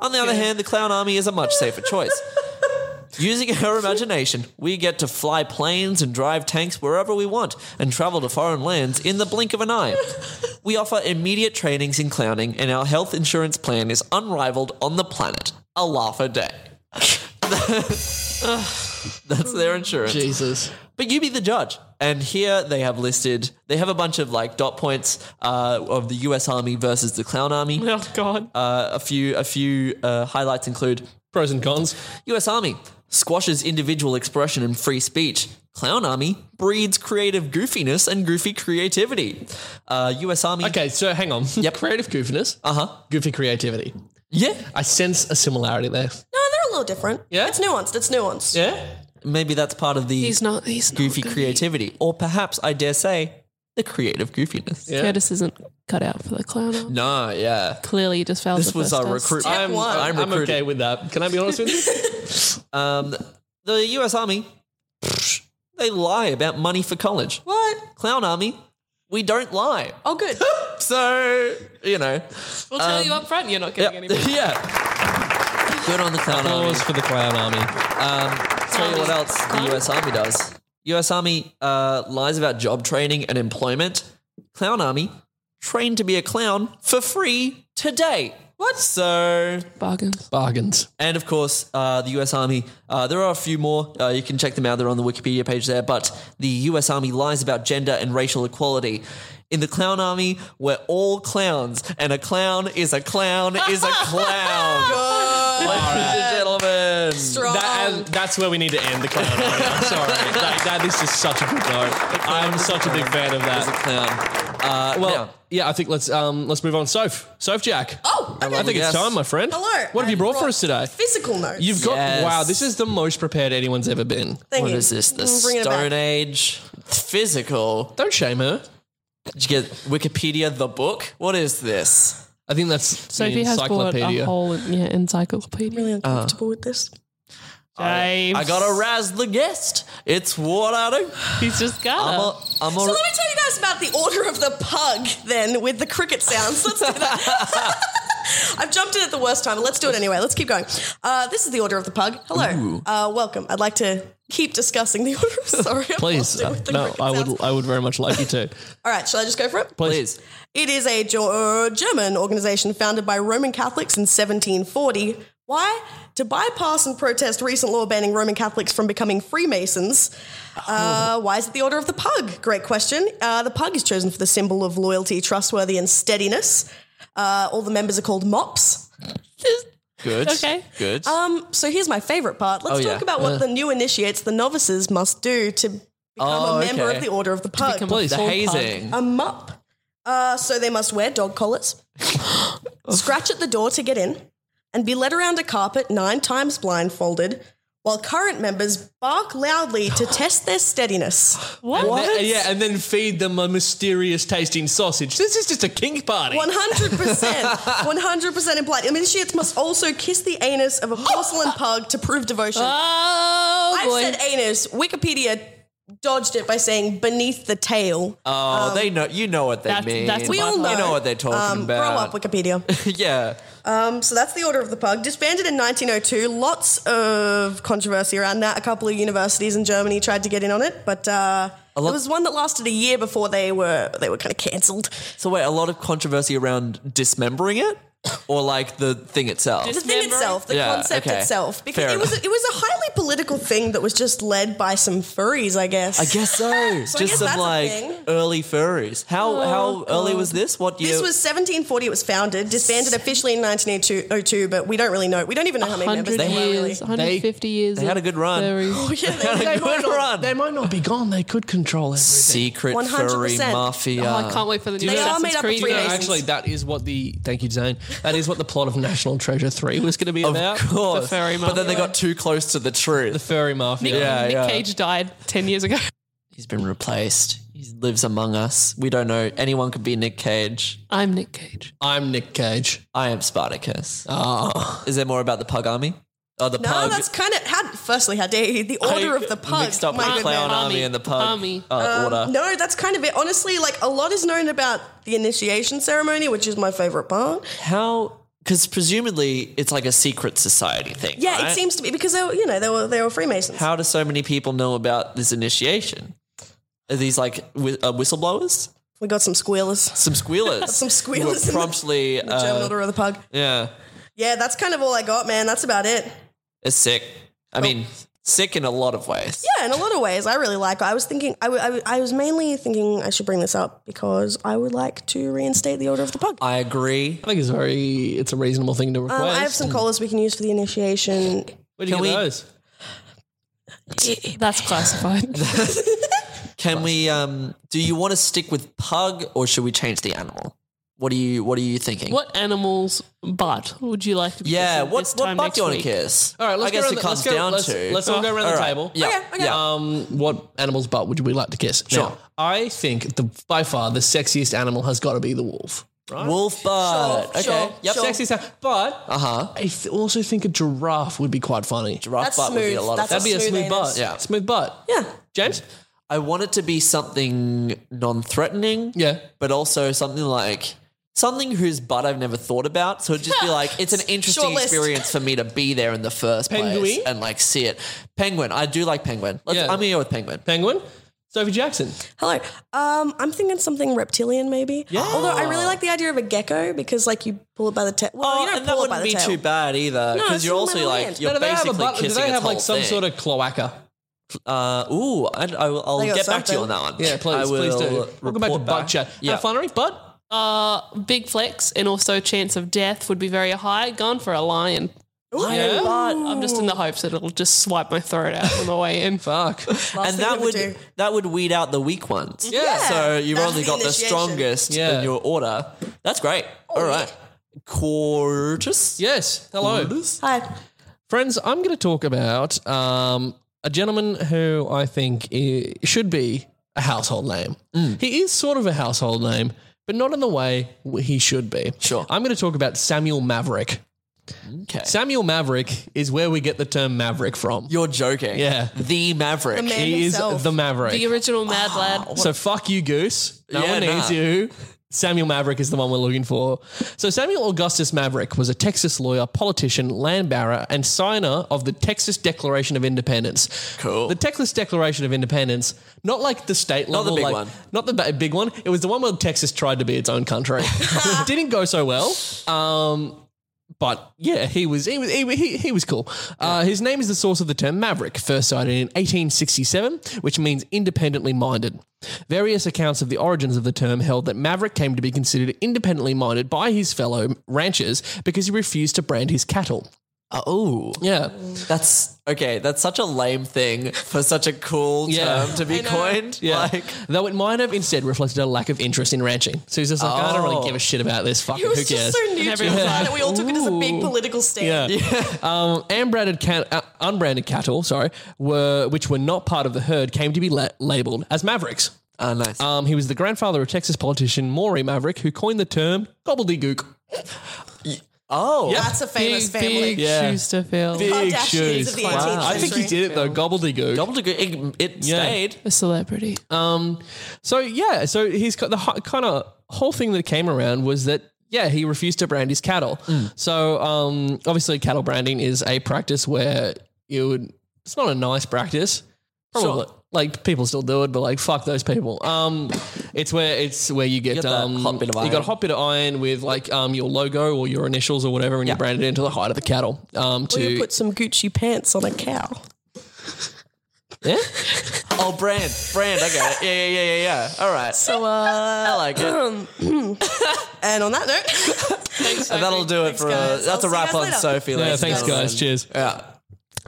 [SPEAKER 3] On the other hand, the clown army is a much safer choice. Using her imagination, we get to fly planes and drive tanks wherever we want and travel to foreign lands in the blink of an eye. We offer immediate trainings in clowning, and our health insurance plan is unrivaled on the planet. A laugh a day. That's their insurance.
[SPEAKER 2] Jesus.
[SPEAKER 3] But you be the judge. And here they have listed, they have a bunch of like dot points uh, of the US Army versus the Clown Army.
[SPEAKER 4] Oh God.
[SPEAKER 3] Uh, a few, a few uh, highlights include
[SPEAKER 2] Pros and cons.
[SPEAKER 3] US Army squashes individual expression and free speech. Clown Army breeds creative goofiness and goofy creativity. Uh, US Army. uh-huh.
[SPEAKER 2] Okay, so hang on. Yep. Creative goofiness. Uh huh. Goofy creativity.
[SPEAKER 3] Yeah.
[SPEAKER 2] I sense a similarity there.
[SPEAKER 1] No, they're a little different.
[SPEAKER 2] Yeah?
[SPEAKER 1] It's nuanced. It's nuanced.
[SPEAKER 2] Yeah.
[SPEAKER 3] Maybe that's part of the
[SPEAKER 4] He's not. He's not
[SPEAKER 3] goofy
[SPEAKER 4] good.
[SPEAKER 3] creativity. Or perhaps, I dare say, the creative goofiness.
[SPEAKER 2] Yeah.
[SPEAKER 4] Curtis isn't cut out for the clown. army.
[SPEAKER 3] No, yeah.
[SPEAKER 4] Clearly, he just failed.
[SPEAKER 3] This
[SPEAKER 4] the
[SPEAKER 3] was
[SPEAKER 4] first
[SPEAKER 3] our
[SPEAKER 4] test.
[SPEAKER 3] recruit. I'm,
[SPEAKER 1] one.
[SPEAKER 3] I'm
[SPEAKER 2] I'm
[SPEAKER 3] recruiting.
[SPEAKER 2] okay with that. Can I be honest with you?
[SPEAKER 3] The US Army, psh, they lie about money for college.
[SPEAKER 1] What?
[SPEAKER 3] Clown Army, we don't lie.
[SPEAKER 1] Oh, good.
[SPEAKER 3] So, you know.
[SPEAKER 4] We'll tell you up front. You're not
[SPEAKER 3] um, Yep.
[SPEAKER 4] getting any. money.
[SPEAKER 3] yeah. Good on the Clown Army. Um,
[SPEAKER 2] Applause for the clown army.
[SPEAKER 3] tell you what else the US Army does. US Army uh, lies about job training and employment. Clown Army, train to be a clown for free today. What? So,
[SPEAKER 4] Bargains.
[SPEAKER 2] Bargains.
[SPEAKER 3] and of course, uh, the US Army, uh, there are a few more. Uh, you can check them out. They're on the Wikipedia page there. But the US Army lies about gender and racial equality. In the Clown Army, we're all clowns, and a clown is a clown is a clown.
[SPEAKER 1] Uh, oh,
[SPEAKER 3] Ladies and gentlemen.
[SPEAKER 2] That, and that's where we need to end the clown army. I'm sorry. That, that is just such a good note. I'm such a big fan of
[SPEAKER 3] Is a
[SPEAKER 2] that.
[SPEAKER 3] clown. Uh,
[SPEAKER 2] Well,
[SPEAKER 3] now-
[SPEAKER 2] yeah, I think let's um, let's move on. Soph, Soph Jack.
[SPEAKER 1] Oh, okay.
[SPEAKER 2] I think
[SPEAKER 3] Yes.
[SPEAKER 2] it's time, my friend.
[SPEAKER 1] Hello.
[SPEAKER 2] What have you
[SPEAKER 1] I
[SPEAKER 2] brought for us today?
[SPEAKER 1] Physical notes.
[SPEAKER 2] You've got
[SPEAKER 3] Yes.
[SPEAKER 2] wow. This is the most prepared anyone's ever been.
[SPEAKER 1] Thank
[SPEAKER 3] What
[SPEAKER 1] you.
[SPEAKER 3] is this? The
[SPEAKER 1] Bring it back.
[SPEAKER 3] Stone Age? Physical?
[SPEAKER 2] Don't shame her.
[SPEAKER 3] Did you get Wikipedia the book? What is this?
[SPEAKER 2] I think that's the
[SPEAKER 4] Sophie has bought a
[SPEAKER 2] encyclopedia.
[SPEAKER 4] whole yeah, encyclopedia.
[SPEAKER 1] really
[SPEAKER 2] Uh-huh.
[SPEAKER 1] uncomfortable with this.
[SPEAKER 4] James.
[SPEAKER 3] I gotta razz the guest. It's what I do.
[SPEAKER 4] He's just
[SPEAKER 3] I'm
[SPEAKER 4] got
[SPEAKER 3] a, I'm
[SPEAKER 1] So
[SPEAKER 3] a,
[SPEAKER 1] let me tell you guys about the order of the pug then with the cricket sounds. Let's do that. I've jumped in at the worst time. Let's do it anyway. Let's keep going. Uh, this is the order of the pug. Hello. Uh, welcome. I'd like to keep discussing the order. Sorry. I'm
[SPEAKER 2] Please,
[SPEAKER 1] lost it with the
[SPEAKER 2] no,
[SPEAKER 1] cricket
[SPEAKER 2] I
[SPEAKER 1] sounds.
[SPEAKER 2] would, I would very much like you to.
[SPEAKER 1] All right. Shall I just go for it?
[SPEAKER 3] please.
[SPEAKER 1] It is a Ge- uh, German organization founded by Roman Catholics in 1740. Why? To bypass and protest recent law banning Roman Catholics from becoming Freemasons.
[SPEAKER 3] Oh.
[SPEAKER 1] Uh, why is it the Order of the Pug? Great question. Uh, the pug is chosen for the symbol of loyalty, trustworthy, and steadiness. Uh, all the members are called mops.
[SPEAKER 3] Good.
[SPEAKER 4] Okay.
[SPEAKER 3] Good.
[SPEAKER 1] Um, so here's my favorite part. Let's
[SPEAKER 3] Oh,
[SPEAKER 1] talk
[SPEAKER 3] yeah.
[SPEAKER 1] about what the new initiates, the novices, must do to become
[SPEAKER 3] Oh,
[SPEAKER 1] a member
[SPEAKER 3] okay.
[SPEAKER 1] of the Order of the Pug.
[SPEAKER 4] become
[SPEAKER 3] please. The
[SPEAKER 4] full
[SPEAKER 3] hazing.
[SPEAKER 1] a mop. Uh, so they must wear dog collars, scratch at the door to get in, and be led around a carpet nine times blindfolded, while current members bark loudly to test their steadiness.
[SPEAKER 4] what?
[SPEAKER 2] Th- yeah, and then feed them a mysterious tasting sausage. This is just a kink party.
[SPEAKER 1] 100%, 100% implied. Initiates must also kiss the anus of a porcelain pug to prove devotion.
[SPEAKER 4] Oh
[SPEAKER 1] I've
[SPEAKER 4] boy.
[SPEAKER 1] said anus. Wikipedia dodged it by saying beneath the tail.
[SPEAKER 3] oh, they know. You know what they
[SPEAKER 4] um, That's-
[SPEAKER 3] mean.
[SPEAKER 4] that's
[SPEAKER 1] we all know.
[SPEAKER 3] You know what they're talking
[SPEAKER 1] Um, Grow
[SPEAKER 3] about.
[SPEAKER 1] up, Wikipedia.
[SPEAKER 3] yeah.
[SPEAKER 1] So that's the Order of the Pug. Disbanded in 1902. Lots of controversy around that. A couple of universities in Germany tried to get in on it, but uh, there was one that lasted a year before they were they were kind of cancelled.
[SPEAKER 3] So wait, a lot of controversy around dismembering it, or like the thing itself.
[SPEAKER 1] The thing
[SPEAKER 4] Dismembering?
[SPEAKER 1] itself, the
[SPEAKER 3] Yeah,
[SPEAKER 1] concept
[SPEAKER 3] okay.
[SPEAKER 1] itself, because
[SPEAKER 3] Fair
[SPEAKER 1] it was
[SPEAKER 3] enough.
[SPEAKER 1] it was a highly political thing that was just led by some furries, I guess.
[SPEAKER 3] I guess so. Just
[SPEAKER 1] guess
[SPEAKER 3] some
[SPEAKER 1] that's a
[SPEAKER 3] like
[SPEAKER 1] thing. Oh, um,
[SPEAKER 3] early furries. How how early was this? What year?
[SPEAKER 1] This was 1740. It was founded, disbanded officially in 1902, but we don't really know. We don't even know how many members
[SPEAKER 4] Hundred
[SPEAKER 1] there were. Really.
[SPEAKER 4] years, 150 years.
[SPEAKER 3] they had a
[SPEAKER 4] of
[SPEAKER 3] good run.
[SPEAKER 4] furries.
[SPEAKER 1] Oh, yeah, they-
[SPEAKER 3] Had a
[SPEAKER 1] they might
[SPEAKER 3] good
[SPEAKER 1] not-
[SPEAKER 3] run.
[SPEAKER 2] They might not be gone. They could control everything.
[SPEAKER 3] Secret furry
[SPEAKER 1] 100%.
[SPEAKER 3] mafia.
[SPEAKER 4] Oh, I can't wait for the new
[SPEAKER 1] They are
[SPEAKER 4] Assassin's
[SPEAKER 1] made up of
[SPEAKER 4] Creed.
[SPEAKER 2] Do you know,
[SPEAKER 1] Freemasons.
[SPEAKER 2] actually, that is what the thank you, Zane. That is what the plot of National Treasure Three was going to be
[SPEAKER 3] Of
[SPEAKER 2] about.
[SPEAKER 3] course.
[SPEAKER 4] The furry
[SPEAKER 3] but then they
[SPEAKER 4] mafia.
[SPEAKER 3] got too close to the
[SPEAKER 2] The
[SPEAKER 3] truth.
[SPEAKER 2] furry mafia.
[SPEAKER 3] Yeah,
[SPEAKER 4] Nick
[SPEAKER 3] yeah.
[SPEAKER 4] Cage died 10 years ago.
[SPEAKER 3] He's been replaced. He lives among us. We don't know. Anyone could be Nick Cage.
[SPEAKER 4] I'm Nick Cage.
[SPEAKER 2] I'm Nick Cage. Ah.
[SPEAKER 3] I am Spartacus. Is there more about the pug army? Oh, the
[SPEAKER 1] No,
[SPEAKER 3] pug.
[SPEAKER 1] that's kind of how. Firstly, how dare you? The order of the pug.
[SPEAKER 3] Mixed up
[SPEAKER 1] My
[SPEAKER 3] with the
[SPEAKER 1] goodness. Um,
[SPEAKER 3] clown army,
[SPEAKER 4] Army.
[SPEAKER 3] and the pug.
[SPEAKER 4] Army.
[SPEAKER 3] Uh, order.
[SPEAKER 1] No, that's kind of it. Honestly, like a lot is known about the initiation ceremony, which is my favorite part.
[SPEAKER 3] How because presumably it's like a secret society thing.
[SPEAKER 1] Yeah, it
[SPEAKER 3] right?
[SPEAKER 1] seems to be because they were, you know, they were they were Freemasons.
[SPEAKER 3] How do so many people know about this initiation? Are these like whi- uh, whistleblowers?
[SPEAKER 1] we got some squealers.
[SPEAKER 3] Some squealers.
[SPEAKER 1] Some squealers
[SPEAKER 3] who
[SPEAKER 1] in the-
[SPEAKER 3] were promptly.
[SPEAKER 1] The German
[SPEAKER 3] uh,
[SPEAKER 1] Order of the Pug.
[SPEAKER 3] yeah,
[SPEAKER 1] Yeah, that's kind of all I got, man. That's about it.
[SPEAKER 3] it's sick. I
[SPEAKER 1] Oh.
[SPEAKER 3] mean, sick in a lot of ways.
[SPEAKER 1] Yeah, in a lot of ways, I really like. it. I was thinking, I, w- I, w- I was mainly thinking I should bring this up because I would like to reinstate the Order of the Pug.
[SPEAKER 3] I agree.
[SPEAKER 2] I think it's very it's a reasonable thing to request.
[SPEAKER 1] Um, I have some collars we can use for the initiation.
[SPEAKER 2] Where do you
[SPEAKER 3] Can
[SPEAKER 2] get
[SPEAKER 3] we-
[SPEAKER 2] those?
[SPEAKER 4] That's classified.
[SPEAKER 3] Can we? Um, do you want to stick with pug or should we change the animal? What are you What are you thinking?
[SPEAKER 4] what animal's butt would you like to be
[SPEAKER 3] Yeah.
[SPEAKER 4] kissing
[SPEAKER 3] What
[SPEAKER 4] this
[SPEAKER 3] What
[SPEAKER 4] time
[SPEAKER 3] butt
[SPEAKER 4] next
[SPEAKER 3] do you want to
[SPEAKER 4] week?
[SPEAKER 3] kiss?
[SPEAKER 2] All right, let's
[SPEAKER 3] I guess
[SPEAKER 2] go around
[SPEAKER 3] it
[SPEAKER 2] the-
[SPEAKER 3] comes
[SPEAKER 2] let's go-
[SPEAKER 3] down
[SPEAKER 2] let's-
[SPEAKER 3] to.
[SPEAKER 2] let's all go around the
[SPEAKER 3] right.
[SPEAKER 2] table.
[SPEAKER 3] Yeah.
[SPEAKER 1] Okay, okay.
[SPEAKER 3] Yeah.
[SPEAKER 2] Um, what animal's butt would we like to kiss?
[SPEAKER 3] Sure.
[SPEAKER 2] Now, I think the by far the sexiest animal has got to be the wolf.
[SPEAKER 3] Wolf butt. okay.
[SPEAKER 1] Oh, sure,
[SPEAKER 3] yep.
[SPEAKER 1] sure.
[SPEAKER 2] Uh, Sexiest, a- but
[SPEAKER 3] Uh huh.
[SPEAKER 2] I th- also think a Uh-huh. giraffe would be quite funny.
[SPEAKER 3] Giraffe
[SPEAKER 1] That's
[SPEAKER 3] butt would be a
[SPEAKER 1] smooth.
[SPEAKER 3] lot of
[SPEAKER 1] That's
[SPEAKER 3] fun.
[SPEAKER 2] That'd be a
[SPEAKER 1] Smooth
[SPEAKER 2] smooth
[SPEAKER 1] anus.
[SPEAKER 2] butt.
[SPEAKER 3] Yeah.
[SPEAKER 2] smooth butt.
[SPEAKER 1] Yeah,
[SPEAKER 2] James.
[SPEAKER 3] I want it to be something non-threatening.
[SPEAKER 2] Yeah.
[SPEAKER 3] But also something like something whose butt I've never thought about. So it'd just be like it's an interesting
[SPEAKER 1] Short list.
[SPEAKER 3] experience for me to be there in the first place
[SPEAKER 2] Penguin?
[SPEAKER 3] and like see it. Penguin. I do like penguin. Let's,
[SPEAKER 2] Yeah.
[SPEAKER 3] I'm gonna go with penguin.
[SPEAKER 2] Penguin. Sophie Jackson.
[SPEAKER 1] Hello. Um, I'm thinking something reptilian, maybe. Yeah. Although I really like the idea of a gecko because, like, you pull it by the tail. Well,
[SPEAKER 3] Oh,
[SPEAKER 1] you don't
[SPEAKER 3] and that
[SPEAKER 1] pull it by
[SPEAKER 3] wouldn't
[SPEAKER 1] the
[SPEAKER 3] be
[SPEAKER 1] tail.
[SPEAKER 3] too bad either,
[SPEAKER 1] No,
[SPEAKER 3] because
[SPEAKER 1] it's
[SPEAKER 3] you're
[SPEAKER 1] in
[SPEAKER 3] also
[SPEAKER 1] the
[SPEAKER 3] like
[SPEAKER 1] land.
[SPEAKER 3] you're
[SPEAKER 2] do they have a
[SPEAKER 3] basically
[SPEAKER 2] butt? Do
[SPEAKER 3] kissing
[SPEAKER 2] they
[SPEAKER 3] its
[SPEAKER 2] have like
[SPEAKER 3] whole
[SPEAKER 2] some
[SPEAKER 3] thing.
[SPEAKER 2] sort of cloaca?
[SPEAKER 3] Uh, ooh, I, I, will- I'll
[SPEAKER 1] They
[SPEAKER 3] get
[SPEAKER 1] got
[SPEAKER 3] back to you on that
[SPEAKER 1] something.
[SPEAKER 3] one.
[SPEAKER 2] Yeah, please,
[SPEAKER 3] I
[SPEAKER 2] please do.
[SPEAKER 3] will
[SPEAKER 2] Welcome back to
[SPEAKER 3] report
[SPEAKER 2] Bud Chat.
[SPEAKER 3] Yeah.
[SPEAKER 2] Yeah, funnery, Bud.
[SPEAKER 4] Uh, big flex and also chance of death would be very high. Gone for a lion.
[SPEAKER 2] Yeah?
[SPEAKER 4] But I'm just in the hopes that it'll just swipe my throat out on the way in.
[SPEAKER 2] Fuck.
[SPEAKER 3] and
[SPEAKER 1] thing
[SPEAKER 3] that
[SPEAKER 1] we would
[SPEAKER 3] would
[SPEAKER 1] do.
[SPEAKER 3] that would weed out the weak ones.
[SPEAKER 2] Yeah.
[SPEAKER 3] So you've
[SPEAKER 1] That's
[SPEAKER 3] only
[SPEAKER 1] the
[SPEAKER 3] got the
[SPEAKER 1] initiation.
[SPEAKER 3] strongest
[SPEAKER 2] Yeah. Oh,
[SPEAKER 3] in your order. That's great. All right. Quartus.
[SPEAKER 2] Yes. Hello.
[SPEAKER 1] Hi.
[SPEAKER 2] Friends, I'm going to talk about um, a gentleman who I think i should be a household name. He is sort of a household name, but not in the way w- he should be.
[SPEAKER 3] Sure.
[SPEAKER 2] I'm going to talk about Samuel Maverick.
[SPEAKER 3] Okay.
[SPEAKER 2] Samuel Maverick is where we get the term Maverick from.
[SPEAKER 3] You're joking.
[SPEAKER 2] Yeah.
[SPEAKER 3] The Maverick.
[SPEAKER 1] The man
[SPEAKER 2] he
[SPEAKER 1] himself.
[SPEAKER 2] is the Maverick.
[SPEAKER 4] The original Mad Lad.
[SPEAKER 2] So fuck you, Goose. No
[SPEAKER 3] Yeah,
[SPEAKER 2] one needs
[SPEAKER 3] nah.
[SPEAKER 2] you. Samuel Maverick is the one we're looking for. So Samuel Augustus Maverick was a Texas lawyer, politician, land barrow, and signer of the Texas Declaration of Independence.
[SPEAKER 3] Cool.
[SPEAKER 2] The Texas Declaration of Independence, not like the state
[SPEAKER 3] Not the
[SPEAKER 2] level,
[SPEAKER 3] big
[SPEAKER 2] like,
[SPEAKER 3] one.
[SPEAKER 2] not the ba- big one. It was the one where Texas tried to be its own country. Didn't go so well. Um, but yeah, he was he was he, he, he was cool. Uh, his name is the source of the term maverick, first sighted in 1867, which means independently minded. Various accounts of the origins of the term held that maverick came to be considered independently minded by his fellow ranchers because he refused to brand his cattle.
[SPEAKER 3] Oh.
[SPEAKER 2] Yeah,
[SPEAKER 3] That's okay. That's such a lame thing for such a cool
[SPEAKER 2] Yeah.
[SPEAKER 3] term to be coined.
[SPEAKER 2] yeah.
[SPEAKER 3] Like
[SPEAKER 2] Though it might have instead reflected a lack of interest in ranching. So he's just like, I don't
[SPEAKER 3] Oh.
[SPEAKER 2] really give a shit about this. Fuck
[SPEAKER 1] It
[SPEAKER 2] it,
[SPEAKER 1] was
[SPEAKER 2] who cares?
[SPEAKER 1] just so new to us,
[SPEAKER 2] Yeah.
[SPEAKER 1] and we all took it as a big political stand.
[SPEAKER 2] Yeah. Um, unbranded, cat, uh, unbranded cattle, sorry, were which were not part of the herd, came to be la- labeled as mavericks.
[SPEAKER 3] Oh nice.
[SPEAKER 2] Um, he was the grandfather of Texas politician Maury Maverick, who coined the term gobbledygook.
[SPEAKER 3] oh.
[SPEAKER 1] That's a famous
[SPEAKER 4] big,
[SPEAKER 1] family.
[SPEAKER 4] big
[SPEAKER 2] Yeah.
[SPEAKER 4] shoes to fill.
[SPEAKER 2] Big
[SPEAKER 1] Kardashians
[SPEAKER 2] shoes.
[SPEAKER 1] of the 18th
[SPEAKER 3] Wow.
[SPEAKER 2] I think he
[SPEAKER 1] century.
[SPEAKER 2] did it though. Gobbledygook.
[SPEAKER 3] Gobbledygook. It, it
[SPEAKER 2] Yeah.
[SPEAKER 3] stayed.
[SPEAKER 4] A celebrity.
[SPEAKER 2] So yeah, so he's got the kind of whole thing that came around was that yeah he refused to brand his cattle.
[SPEAKER 3] Mm.
[SPEAKER 2] So um, obviously cattle branding is a practice where you would it's not a nice practice. Probably
[SPEAKER 3] Sure.
[SPEAKER 2] like people still do it, but like fuck those people. Um, it's where it's where you get,
[SPEAKER 3] You got that
[SPEAKER 2] um,
[SPEAKER 3] hot bit of
[SPEAKER 2] you got a
[SPEAKER 3] iron.
[SPEAKER 2] hot bit of iron with like um your logo or your initials or whatever, and you brand it into the hide of the cattle. Um,
[SPEAKER 1] Or
[SPEAKER 2] to
[SPEAKER 1] you put some Gucci pants on a cow.
[SPEAKER 2] yeah,
[SPEAKER 3] Oh, brand, brand. I got it. Yeah, yeah, yeah, yeah, yeah. All right.
[SPEAKER 1] So, uh,
[SPEAKER 3] I like it.
[SPEAKER 1] and on that note,
[SPEAKER 3] And that'll do it
[SPEAKER 1] Thanks,
[SPEAKER 3] for uh,
[SPEAKER 1] guys. I'll
[SPEAKER 3] that's
[SPEAKER 1] see
[SPEAKER 3] a
[SPEAKER 1] you
[SPEAKER 3] wrap
[SPEAKER 1] guys
[SPEAKER 3] on
[SPEAKER 1] later.
[SPEAKER 3] Sophie.
[SPEAKER 2] yeah.
[SPEAKER 3] ladies and
[SPEAKER 2] Thanks guys.
[SPEAKER 3] gentlemen.
[SPEAKER 2] Cheers.
[SPEAKER 3] Yeah.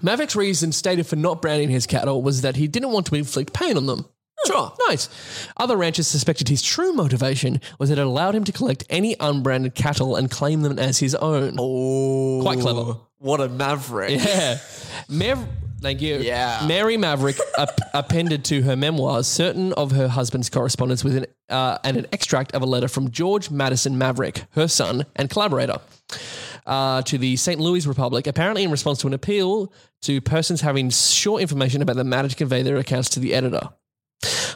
[SPEAKER 2] Maverick's reason stated for not branding his cattle was that he didn't want to inflict pain on them.
[SPEAKER 3] Sure.
[SPEAKER 2] Nice. Other ranchers suspected his true motivation was that it allowed him to collect any unbranded cattle and claim them as his own.
[SPEAKER 3] Oh,
[SPEAKER 2] Quite clever.
[SPEAKER 3] What a maverick.
[SPEAKER 2] Yeah. Mav- Thank you.
[SPEAKER 3] Yeah.
[SPEAKER 2] Mary Maverick ap- appended to her memoirs certain of her husband's correspondence with an, uh, and an extract of a letter from George Madison Maverick, her son and collaborator, uh, to the St. Louis Republic, apparently in response to an appeal to persons having short information about the matter to convey their accounts to the editor.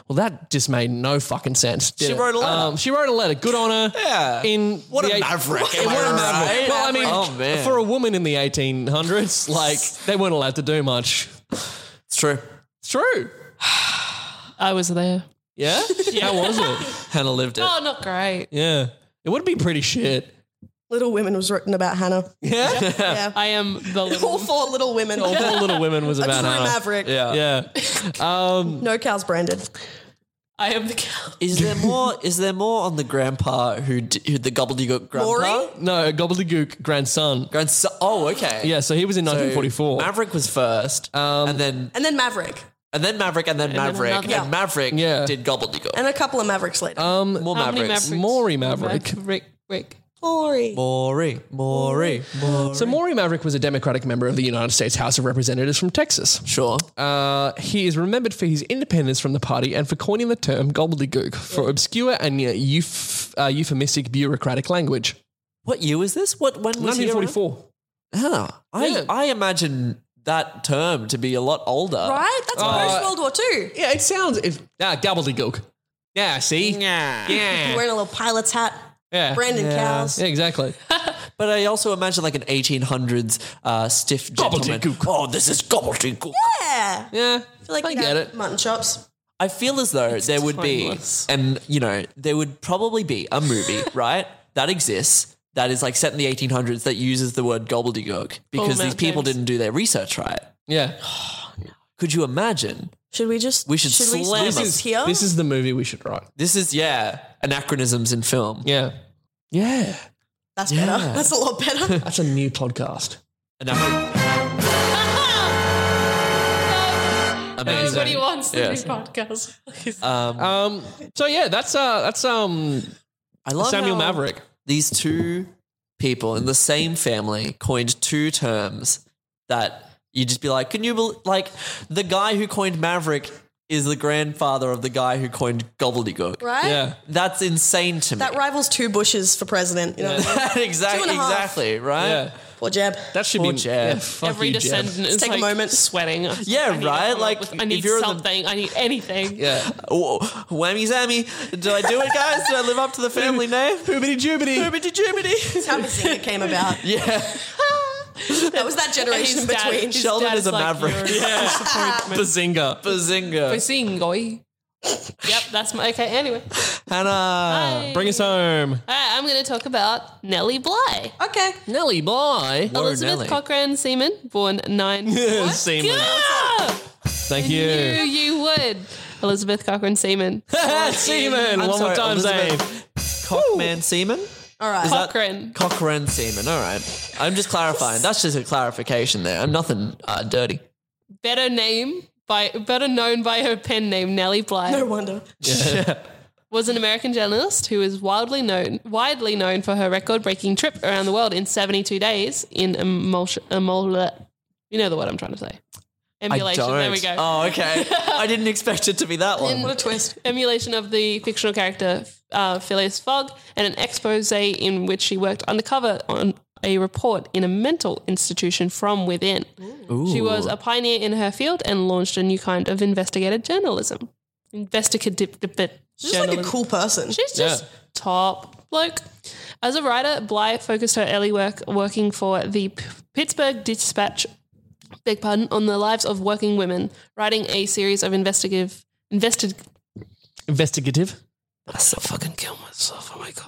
[SPEAKER 2] Well, that just made no fucking sense. did
[SPEAKER 3] She
[SPEAKER 2] it?
[SPEAKER 3] wrote a letter.
[SPEAKER 2] Um, she wrote a letter. Good on her.
[SPEAKER 3] Yeah.
[SPEAKER 2] In
[SPEAKER 3] What a
[SPEAKER 2] the eight-
[SPEAKER 3] maverick,
[SPEAKER 2] What,
[SPEAKER 3] am I
[SPEAKER 2] a
[SPEAKER 3] right?
[SPEAKER 2] maverick. Well, I mean,
[SPEAKER 3] Oh, man.
[SPEAKER 2] for a woman in the 1800s, like they weren't allowed to do much.
[SPEAKER 3] It's true.
[SPEAKER 2] It's true.
[SPEAKER 4] I was there.
[SPEAKER 2] Yeah. How was it?
[SPEAKER 3] Hannah lived it.
[SPEAKER 4] Oh, not great.
[SPEAKER 2] Yeah. It would be pretty shit.
[SPEAKER 1] Little Women was written about Hannah.
[SPEAKER 2] Yeah.
[SPEAKER 1] Yeah.
[SPEAKER 4] I am the
[SPEAKER 1] Mm-hmm. All
[SPEAKER 4] little.
[SPEAKER 1] four Little Women.
[SPEAKER 2] All Poor Little Women was
[SPEAKER 1] That's
[SPEAKER 2] about
[SPEAKER 1] Rue
[SPEAKER 2] Hannah.
[SPEAKER 1] Maverick.
[SPEAKER 3] Yeah.
[SPEAKER 2] Yeah.
[SPEAKER 1] No cows branded.
[SPEAKER 4] I am the cow.
[SPEAKER 3] Is there more? Is there more on the grandpa who, d- who the gobbledygook grandpa?
[SPEAKER 1] Maury?
[SPEAKER 2] No, gobbledygook grandson.
[SPEAKER 3] Grandson. Oh, okay.
[SPEAKER 2] Yeah, Um, so he was in 1944.
[SPEAKER 3] Maverick was first, and then
[SPEAKER 1] And then Maverick.
[SPEAKER 3] and then Maverick, and then Maverick,
[SPEAKER 4] another-
[SPEAKER 3] and
[SPEAKER 4] Yeah.
[SPEAKER 3] Maverick
[SPEAKER 2] Yeah.
[SPEAKER 3] did gobbledygook.
[SPEAKER 1] And a couple of Mavericks later.
[SPEAKER 3] more
[SPEAKER 4] How many
[SPEAKER 3] Mavericks.
[SPEAKER 4] Mavericks?
[SPEAKER 2] Maury Maverick.
[SPEAKER 4] Maverick. Rick.
[SPEAKER 1] Maury.
[SPEAKER 3] Maury, Maury, Maury.
[SPEAKER 2] So Maury Maverick was a Democratic member of the United States House of Representatives from Texas.
[SPEAKER 3] Sure.
[SPEAKER 2] Uh, he is remembered for his independence from the party and for coining the term gobbledygook for obscure and yet euf- uh, euphemistic bureaucratic language.
[SPEAKER 3] what year was this? What when was he? around?
[SPEAKER 2] 1944.
[SPEAKER 3] Huh. I
[SPEAKER 2] Yeah.
[SPEAKER 3] I imagine that term to be a lot older.
[SPEAKER 1] Right? That's post World War II.
[SPEAKER 2] Yeah, it sounds. It, ah, gobbledygook. Yeah, see? Yeah. Yeah.
[SPEAKER 1] Wearing a little pilot's hat.
[SPEAKER 2] Yeah.
[SPEAKER 1] Brandon cows.
[SPEAKER 2] Yeah, exactly.
[SPEAKER 3] But I also imagine like an 1800s uh, stiff gentleman.
[SPEAKER 2] Gobbledygook.
[SPEAKER 3] Oh, this is gobbledygook.
[SPEAKER 1] Yeah.
[SPEAKER 2] Yeah.
[SPEAKER 1] feel like
[SPEAKER 2] I
[SPEAKER 1] you
[SPEAKER 2] get
[SPEAKER 1] know,
[SPEAKER 2] it.
[SPEAKER 1] Mutton chops.
[SPEAKER 3] I feel as though there would
[SPEAKER 4] timeless.
[SPEAKER 3] be, and you know, there would probably be a movie, right, that exists that is like set in the 1800s that uses the word gobbledygook because these
[SPEAKER 4] Mount
[SPEAKER 3] people
[SPEAKER 4] James.
[SPEAKER 3] didn't do their research right.
[SPEAKER 2] Yeah.
[SPEAKER 3] Could you imagine?
[SPEAKER 1] Should we just?
[SPEAKER 3] We should
[SPEAKER 1] we
[SPEAKER 3] slam
[SPEAKER 1] stop
[SPEAKER 3] them.
[SPEAKER 1] this here?
[SPEAKER 2] This is the movie we should write.
[SPEAKER 3] This is yeah, anachronisms in film.
[SPEAKER 2] Yeah. Yeah.
[SPEAKER 1] That's better. That's a lot better.
[SPEAKER 2] That's a new podcast.
[SPEAKER 3] Anach-
[SPEAKER 4] That's what he
[SPEAKER 3] amazing.
[SPEAKER 4] wants. The
[SPEAKER 3] Yes.
[SPEAKER 4] new podcast.
[SPEAKER 2] Um, so yeah, that's uh, that's um,
[SPEAKER 3] I love
[SPEAKER 2] Samuel
[SPEAKER 3] how
[SPEAKER 2] Maverick.
[SPEAKER 3] These two people in the same family coined two terms that you just be like, can you bel like the guy who coined Maverick is the grandfather of the guy who coined gobbledygook.
[SPEAKER 1] Right?
[SPEAKER 2] Yeah.
[SPEAKER 3] That's insane to me.
[SPEAKER 1] That rivals two bushes for president. You know, what I mean? Two
[SPEAKER 3] exactly,
[SPEAKER 1] and a half.
[SPEAKER 3] exactly, right?
[SPEAKER 2] Yeah.
[SPEAKER 1] poor Jeb.
[SPEAKER 2] That should
[SPEAKER 3] Poor
[SPEAKER 2] be
[SPEAKER 3] Jeb.
[SPEAKER 2] yeah, fuck
[SPEAKER 4] Every
[SPEAKER 2] you, Jeb.
[SPEAKER 4] descendant is
[SPEAKER 1] take a
[SPEAKER 4] like
[SPEAKER 1] moment.
[SPEAKER 4] sweating.
[SPEAKER 3] Yeah,
[SPEAKER 4] I need to
[SPEAKER 3] right?
[SPEAKER 4] come up
[SPEAKER 3] like,
[SPEAKER 4] with- I
[SPEAKER 3] if
[SPEAKER 4] need
[SPEAKER 3] you're in the-
[SPEAKER 4] something. I need anything.
[SPEAKER 2] Yeah.
[SPEAKER 3] Whoa, whammy zammy. Did I do it, guys? Did I live up to the family name?
[SPEAKER 2] Hoobity jubity.
[SPEAKER 3] Hoobity jubity.
[SPEAKER 1] That's how Bazinga came about.
[SPEAKER 3] Yeah.
[SPEAKER 1] That was that generation in
[SPEAKER 4] His dad-
[SPEAKER 1] between.
[SPEAKER 4] his
[SPEAKER 3] Sheldon
[SPEAKER 4] dad
[SPEAKER 3] is a maverick.
[SPEAKER 4] you're a disappointment.
[SPEAKER 2] Bazinga.
[SPEAKER 3] Bazinga.
[SPEAKER 4] Bazingoy. yep, that's my okay. Anyway,
[SPEAKER 3] Hannah.
[SPEAKER 2] Bring us home.
[SPEAKER 4] Alright, I'm going to talk about Nellie Bly.
[SPEAKER 1] Okay.
[SPEAKER 2] Nelly boy.
[SPEAKER 3] Whoa,
[SPEAKER 4] Elizabeth
[SPEAKER 3] Nellie.
[SPEAKER 4] Cochran Seaman, born nine. What?
[SPEAKER 2] Seaman.
[SPEAKER 4] Yeah!
[SPEAKER 2] Thank
[SPEAKER 4] You
[SPEAKER 2] you.
[SPEAKER 4] knew you would. Elizabeth Cochran Seaman.
[SPEAKER 2] Seaman. One
[SPEAKER 3] I'm
[SPEAKER 2] more
[SPEAKER 3] sorry,
[SPEAKER 2] time,
[SPEAKER 3] Elizabeth.
[SPEAKER 2] Zane.
[SPEAKER 3] Cockman Seaman?
[SPEAKER 1] All right.
[SPEAKER 3] that-
[SPEAKER 4] Cochran.
[SPEAKER 3] Cochran Seaman. All right. I'm just clarifying. That's just a clarification there. I'm nothing uh, dirty.
[SPEAKER 4] Better name by better known by her pen name, Nellie Bly.
[SPEAKER 1] no wonder.
[SPEAKER 4] was an American journalist who is wildly known, widely known for her record-breaking trip around the world in 72 days in emulsion, emul- you know the word I'm trying to say. Emulation.
[SPEAKER 3] I don't.
[SPEAKER 4] There we go.
[SPEAKER 3] Oh, okay. I didn't expect it to be that one.
[SPEAKER 4] a twist. Emulation of the fictional character uh, Phileas Fogg and an expose in which she worked undercover on a report in a mental institution from within. She was a pioneer in her field and launched a new kind of investigative journalism. Investigative
[SPEAKER 1] She's just like a cool person.
[SPEAKER 4] She's just top bloke. As a writer, Bly focused her early work working for the P- Pittsburgh Dispatch, beg pardon, on the lives of working women, writing a series of investigative, invested.
[SPEAKER 2] Investigative.
[SPEAKER 4] I so fucking kill myself. Oh my god.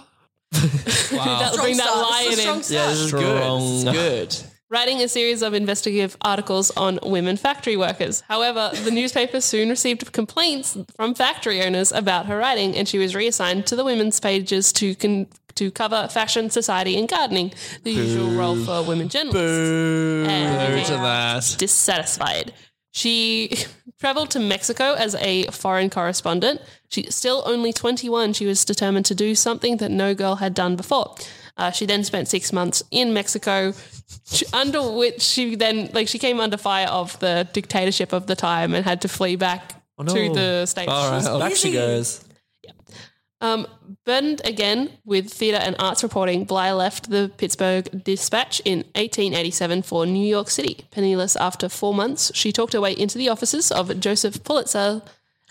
[SPEAKER 2] Wow.
[SPEAKER 4] That'll bring that
[SPEAKER 1] start. This is a
[SPEAKER 4] lion in.
[SPEAKER 1] strong
[SPEAKER 3] yeah, this is good.
[SPEAKER 2] Strong.
[SPEAKER 3] This is good.
[SPEAKER 4] Writing a series of investigative articles on women factory workers. However, the newspaper soon received complaints from factory owners about her writing, and she was reassigned to the women's pages to con- to cover fashion, society, and gardening, the usual role for women journalists. And
[SPEAKER 2] Boo to that.
[SPEAKER 4] dissatisfied. She traveled to Mexico as a foreign correspondent. She still only 21. She was determined to do something that no girl had done before. Uh, she then spent six months in Mexico, she- under which she then like she came under fire of the dictatorship of the time and had to flee back to the states.
[SPEAKER 2] All right.
[SPEAKER 3] oh. Back she goes.
[SPEAKER 4] Um, burdened again with theatre and arts reporting, Bly left the Pittsburgh Dispatch in 1887 for New York City. Penniless after four months, she talked her way into the offices of Joseph Pulitzer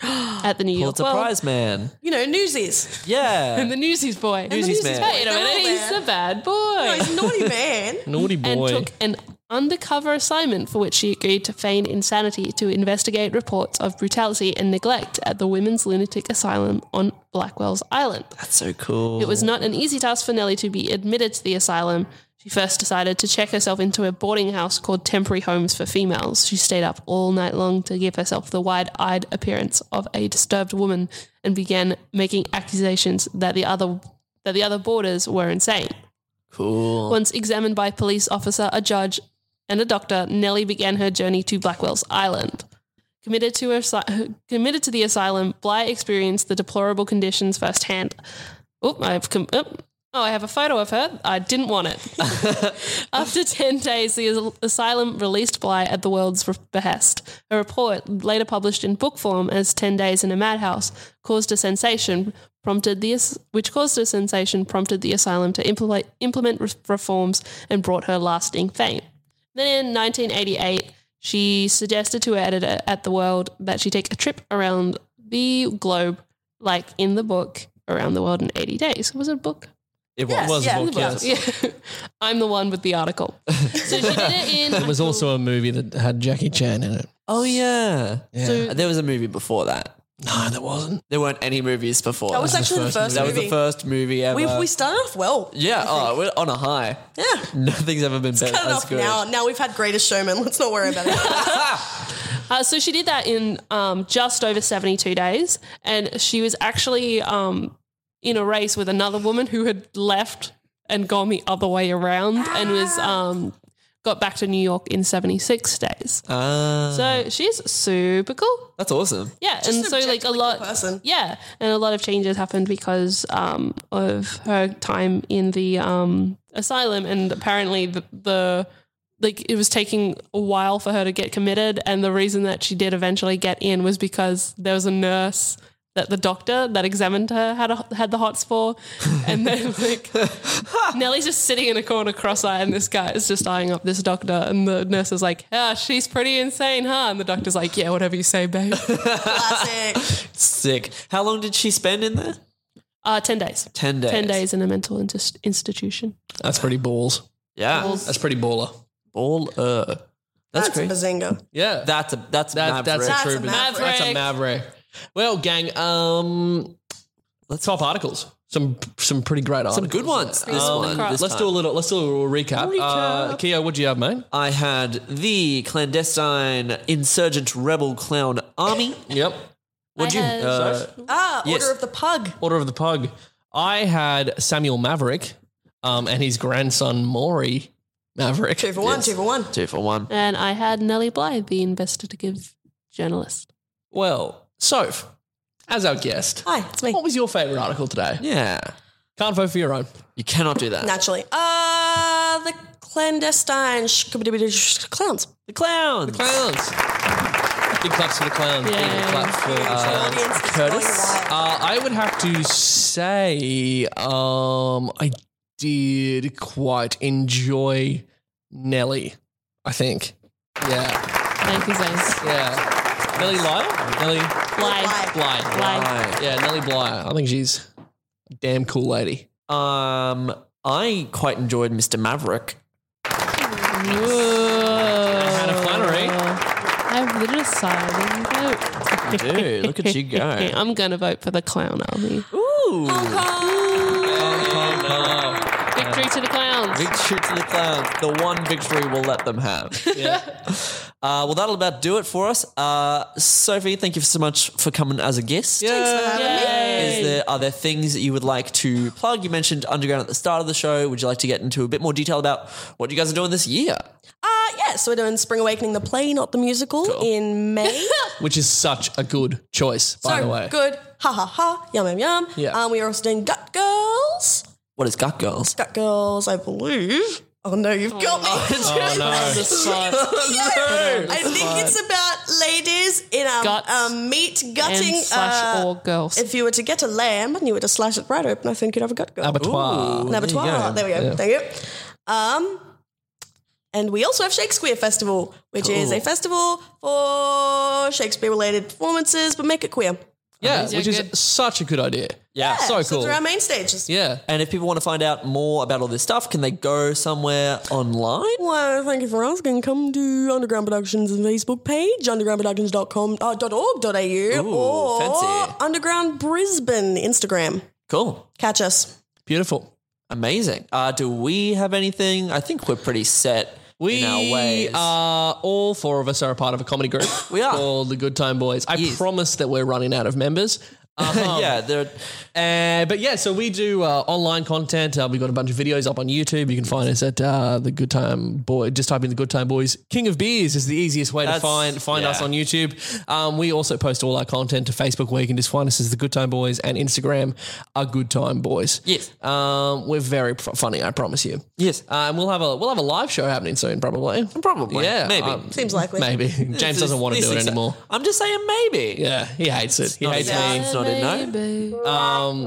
[SPEAKER 4] at the New York
[SPEAKER 3] Pulitzer
[SPEAKER 4] World.
[SPEAKER 3] Prize man.
[SPEAKER 1] You know, newsies.
[SPEAKER 3] Yeah.
[SPEAKER 4] And the Newsies boy.
[SPEAKER 3] Newsies man.
[SPEAKER 4] Wait a
[SPEAKER 1] They're all
[SPEAKER 4] minute, he's
[SPEAKER 1] there.
[SPEAKER 4] the bad boy.
[SPEAKER 1] Oh, he's a naughty man.
[SPEAKER 2] Naughty
[SPEAKER 4] and
[SPEAKER 2] boy.
[SPEAKER 4] took an undercover assignment for which she agreed to feign insanity to investigate reports of brutality and neglect at the Women's Lunatic Asylum on Blackwell's Island.
[SPEAKER 3] That's so cool.
[SPEAKER 4] It was not an easy task for Nellie to be admitted to the asylum. She first decided to check herself into a boarding house called Temporary Homes for Females. She stayed up all night long to give herself the wide eyed appearance of a disturbed woman and began making accusations that the other that the other boarders were insane.
[SPEAKER 3] cool.
[SPEAKER 4] Once examined by a police officer, a judge, and a doctor, Nellie began her journey to Blackwell's Island. Committed to, asi- committed to the asylum, Bly experienced the deplorable conditions firsthand. Oh, I've com- oh, oh, I have a photo of her. I didn't want it. After 10 days, the as- asylum released Bly at the world's re- behest. A report, later published in book form as 10 Days in a Madhouse, caused a sensation, prompted the as- which caused a sensation, prompted the asylum to implement, implement re- reforms and brought her lasting fame. Then in 1988, she suggested to her editor at The World that she take a trip around the globe, like in the book, Around the World in 80 Days. Was it a book?
[SPEAKER 3] it
[SPEAKER 1] Yes,
[SPEAKER 3] was
[SPEAKER 1] yeah,
[SPEAKER 3] a book,
[SPEAKER 1] it was.
[SPEAKER 3] yes.
[SPEAKER 4] Yeah. I'm the one with the article. So she did it in.
[SPEAKER 2] It was also a movie that had Jackie Chan in it.
[SPEAKER 3] Oh yeah.
[SPEAKER 4] So-
[SPEAKER 3] there was a movie before that.
[SPEAKER 2] No, there wasn't.
[SPEAKER 3] There weren't any movies before.
[SPEAKER 1] That was
[SPEAKER 3] that
[SPEAKER 1] actually the first
[SPEAKER 3] That was
[SPEAKER 1] movie.
[SPEAKER 3] the first movie ever.
[SPEAKER 1] We, we started off well.
[SPEAKER 3] yeah, oh, we're on a high.
[SPEAKER 1] Yeah.
[SPEAKER 3] Nothing's ever been better.
[SPEAKER 1] Cut it
[SPEAKER 3] That's
[SPEAKER 1] off
[SPEAKER 3] good.
[SPEAKER 1] now. Now we've had Greatest Showman. Let's not worry about it.
[SPEAKER 4] Uh, so she did that in um, just over 72 days. And she was actually um, in a race with another woman who had left and gone the other way around and was um, got back to New York in 76 days.
[SPEAKER 3] Ah,
[SPEAKER 4] So she's super cool.
[SPEAKER 3] that's awol
[SPEAKER 4] Yeah, and
[SPEAKER 1] an
[SPEAKER 4] so like a
[SPEAKER 1] objectively
[SPEAKER 4] lot,
[SPEAKER 1] good person.
[SPEAKER 4] yeah, and a lot of changes happened because um, of her time in the um, asylum, and apparently the, the like it was taking a while for her to get committed, and the reason that she did eventually get in was because there was a nurse that the doctor that examined her had a, had the hots for, and then like Nellie's just sitting in a corner cross-eyed, and this guy is just eyeing up this doctor, and the nurse is like, "Ah, she's pretty insane, huh?" And the doctor's like, "Yeah, whatever you say, babe."
[SPEAKER 1] Classic.
[SPEAKER 3] Sick. How long did she spend in there?
[SPEAKER 4] Uh, 10 days.
[SPEAKER 3] 10 days.
[SPEAKER 4] 10 days in a mental inst- institution.
[SPEAKER 2] That's pretty balls.
[SPEAKER 3] Yeah.
[SPEAKER 2] That's pretty baller.
[SPEAKER 3] Baller. That's,
[SPEAKER 1] That's
[SPEAKER 3] great.
[SPEAKER 1] a bazinga.
[SPEAKER 2] Yeah.
[SPEAKER 3] That's a that's
[SPEAKER 2] That, that's
[SPEAKER 3] maverick.
[SPEAKER 2] a
[SPEAKER 1] That's
[SPEAKER 2] true.
[SPEAKER 1] a
[SPEAKER 2] That's
[SPEAKER 1] maverick.
[SPEAKER 2] a maverick. Well, gang, um, let's top articles. Some some pretty great articles.
[SPEAKER 3] some good ones. This
[SPEAKER 4] of the
[SPEAKER 3] one.
[SPEAKER 4] crop.
[SPEAKER 3] This
[SPEAKER 2] Let's
[SPEAKER 3] time.
[SPEAKER 2] do a little. Let's do a little recap. Uh, Keo, what do you have, mate?
[SPEAKER 3] I had the clandestine insurgent rebel clown army.
[SPEAKER 2] Yep.
[SPEAKER 3] Would you?
[SPEAKER 4] had-
[SPEAKER 3] Uh,
[SPEAKER 1] Ah,
[SPEAKER 3] Yes.
[SPEAKER 1] Order of the Pug.
[SPEAKER 2] Order of the Pug. I had Samuel Maverick, um, and his grandson Maury Maverick.
[SPEAKER 1] Two for one, two for one.
[SPEAKER 3] two for one.
[SPEAKER 4] And I had Nellie Blythe, the investigative journalist.
[SPEAKER 2] Well, Soph, as our guest,
[SPEAKER 1] Hi, it's me.
[SPEAKER 2] what was your favorite article today?
[SPEAKER 3] Yeah.
[SPEAKER 2] Can't vote for your own.
[SPEAKER 3] You cannot do that.
[SPEAKER 1] Naturally. Uh, the clandestine sh- clowns.
[SPEAKER 3] The clowns.
[SPEAKER 2] Clowns. Big claps for the clowns. Big
[SPEAKER 4] Yeah.
[SPEAKER 2] claps for the
[SPEAKER 1] The
[SPEAKER 2] clowns.
[SPEAKER 1] audience is
[SPEAKER 3] Curtis?
[SPEAKER 1] going wild.
[SPEAKER 2] Uh, I would have to say um, I did quite enjoy Nelly, I think. Yeah.
[SPEAKER 4] Thank you, Zayn.
[SPEAKER 2] Yeah. Nelly Lyle? Nelly
[SPEAKER 4] Blythe.
[SPEAKER 1] Live.
[SPEAKER 2] Bly.
[SPEAKER 3] Right.
[SPEAKER 2] Yeah, Nelly Bly. I think she's a damn cool lady.
[SPEAKER 3] Um, I quite enjoyed Mr. Maverick.
[SPEAKER 2] Hannah Flannery.
[SPEAKER 4] I've literally decided to vote.
[SPEAKER 3] Dude, look at you go.
[SPEAKER 4] I'm going to vote for the clown army.
[SPEAKER 3] Ooh.
[SPEAKER 4] Victory to the clowns.
[SPEAKER 3] Victory to the clowns. The one victory we'll let them have.
[SPEAKER 2] Yeah.
[SPEAKER 3] Uh, well, that'll about do it for us. Uh, Sophie, thank you so much for coming as a guest. Is there, are there things that you would like to plug? You mentioned Underground at the start of the show. Would you like to get into a bit more detail about what you guys are doing this year?
[SPEAKER 1] Uh, yeah, so we're doing Spring Awakening, the play, not the musical, in May.
[SPEAKER 2] Which is such a good choice, by
[SPEAKER 1] so
[SPEAKER 2] the way.
[SPEAKER 1] good. Ha ha ha. Yum yum yum.
[SPEAKER 2] Yeah.
[SPEAKER 1] Um, we are also doing Gut Girls.
[SPEAKER 3] What is Gut Girls?
[SPEAKER 1] Gut Girls, I believe. Oh no, you've got me.
[SPEAKER 2] Oh, no.
[SPEAKER 4] The spot.
[SPEAKER 1] I think it's about ladies in um,
[SPEAKER 4] Guts
[SPEAKER 1] um meat gutting.
[SPEAKER 4] and slash
[SPEAKER 1] uh,
[SPEAKER 4] all girls.
[SPEAKER 1] if you were to get a lamb and you were to slash it right open, I
[SPEAKER 2] Uh,
[SPEAKER 1] think you'd have a gut girl.
[SPEAKER 2] Abattoir.
[SPEAKER 1] An abattoir. There we go. Thank you. Um, And we also have Shakespeare Festival, which is a festival for Shakespeare related performances, but make it queer.
[SPEAKER 2] Yeah,
[SPEAKER 4] These are
[SPEAKER 2] which
[SPEAKER 4] good.
[SPEAKER 2] is such a good idea.
[SPEAKER 3] Yeah.
[SPEAKER 2] so cool.
[SPEAKER 1] So they're our main stages.
[SPEAKER 2] yeah.
[SPEAKER 3] And if people want to find out more about all this stuff, can they go somewhere online?
[SPEAKER 1] Well, thank you for asking. Come to Underground Productions' Facebook page, undergroundproductions.com, uh, .org.au, or
[SPEAKER 3] fancy.
[SPEAKER 1] Underground Brisbane Instagram.
[SPEAKER 3] Cool.
[SPEAKER 1] Catch us.
[SPEAKER 2] Beautiful.
[SPEAKER 3] Amazing. Uh, do we have anything? I think we're pretty set
[SPEAKER 2] We uh,
[SPEAKER 3] in our ways.
[SPEAKER 2] are all four of us are a part of a comedy group.
[SPEAKER 3] We are.
[SPEAKER 2] called the Good Time Boys. I promise that we're running out of members. Um,
[SPEAKER 3] yeah, there
[SPEAKER 2] uh, but yeah, so we do uh, online content. Uh, we've got a bunch of videos up on YouTube. You can find us at uh, the Good Time Boy. Just type in the Good Time Boys. King of Beers is the easiest way
[SPEAKER 3] That's-
[SPEAKER 2] to find find us
[SPEAKER 3] yeah.
[SPEAKER 2] on YouTube. Um, we also post all our content to Facebook, where you can just find us as the Good Time Boys, and Instagram are Good Time Boys.
[SPEAKER 3] Yes.
[SPEAKER 2] um, we're very pro- funny. I promise you.
[SPEAKER 3] Yes.
[SPEAKER 2] Uh, and we'll have a we'll have a live show happening soon, probably.
[SPEAKER 3] Probably.
[SPEAKER 2] Yeah,
[SPEAKER 3] Maybe.
[SPEAKER 2] um,
[SPEAKER 1] Seems likely.
[SPEAKER 2] Maybe James doesn't want to
[SPEAKER 3] This
[SPEAKER 2] do it
[SPEAKER 3] is-
[SPEAKER 2] anymore.
[SPEAKER 3] I'm just saying maybe.
[SPEAKER 2] Yeah, he hates it. He
[SPEAKER 3] Not
[SPEAKER 2] hates
[SPEAKER 3] a
[SPEAKER 2] me.
[SPEAKER 3] no. It's not a no.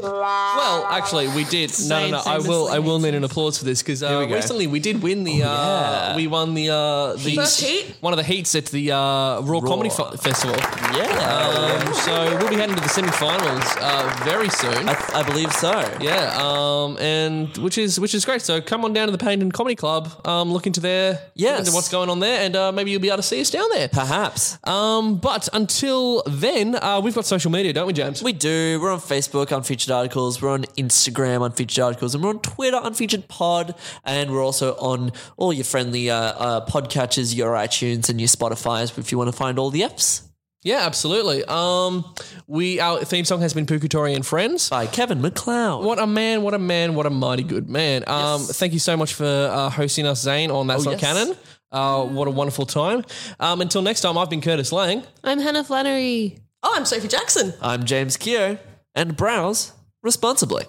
[SPEAKER 2] Well, actually, we did. No, no, no.
[SPEAKER 4] Same,
[SPEAKER 2] I
[SPEAKER 4] same,
[SPEAKER 2] will. I
[SPEAKER 4] same,
[SPEAKER 2] will need an applause for this because uh,
[SPEAKER 3] we go.
[SPEAKER 2] recently we did win
[SPEAKER 3] Oh,
[SPEAKER 2] the. Uh, We won the uh, the
[SPEAKER 1] First heat?
[SPEAKER 2] one of the heats at the uh, Raw, Comedy F- Festival.
[SPEAKER 3] Yeah.
[SPEAKER 2] Um, so we'll be heading to the semifinals uh, very soon.
[SPEAKER 3] I, I believe so.
[SPEAKER 2] Yeah, um, and which is which is great. So come on down to the Paddington Comedy Club. Um, look into there.
[SPEAKER 3] Yes.
[SPEAKER 2] look into what's going on there, and uh, maybe you'll be able to see us down there.
[SPEAKER 3] Perhaps.
[SPEAKER 2] Um, but until then, uh, we've got social media, don't we, James?
[SPEAKER 3] We do. We're on Facebook on Featured Articles. We're on Instagram on Featured Articles, and we're on Twitter on Featured Pod, and we're also on all your friendly uh, uh, podcatchers, your iTunes and your Spotify's. If you want to find all the apps
[SPEAKER 2] Yeah, absolutely. Um, we our theme song has been Pukutori and Friends.
[SPEAKER 3] by Kevin McLeod.
[SPEAKER 2] What a man! What a man! What a mighty good man! Um, thank you so much for uh, hosting us, Zane, on That's Not
[SPEAKER 3] yes.
[SPEAKER 2] Canon. Uh, what a wonderful time! Um, until next time, I've been Curtis Lang.
[SPEAKER 4] I'm Hannah Flannery.
[SPEAKER 1] Oh, I'm Sophie Jackson.
[SPEAKER 3] I'm James Keogh, and browse responsibly.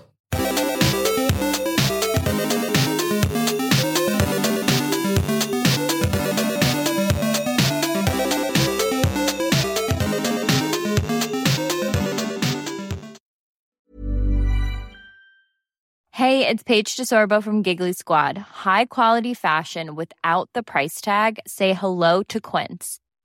[SPEAKER 5] Hey, it's Paige DeSorbo from Giggly Squad. High quality fashion without the price tag. Say hello to Quince.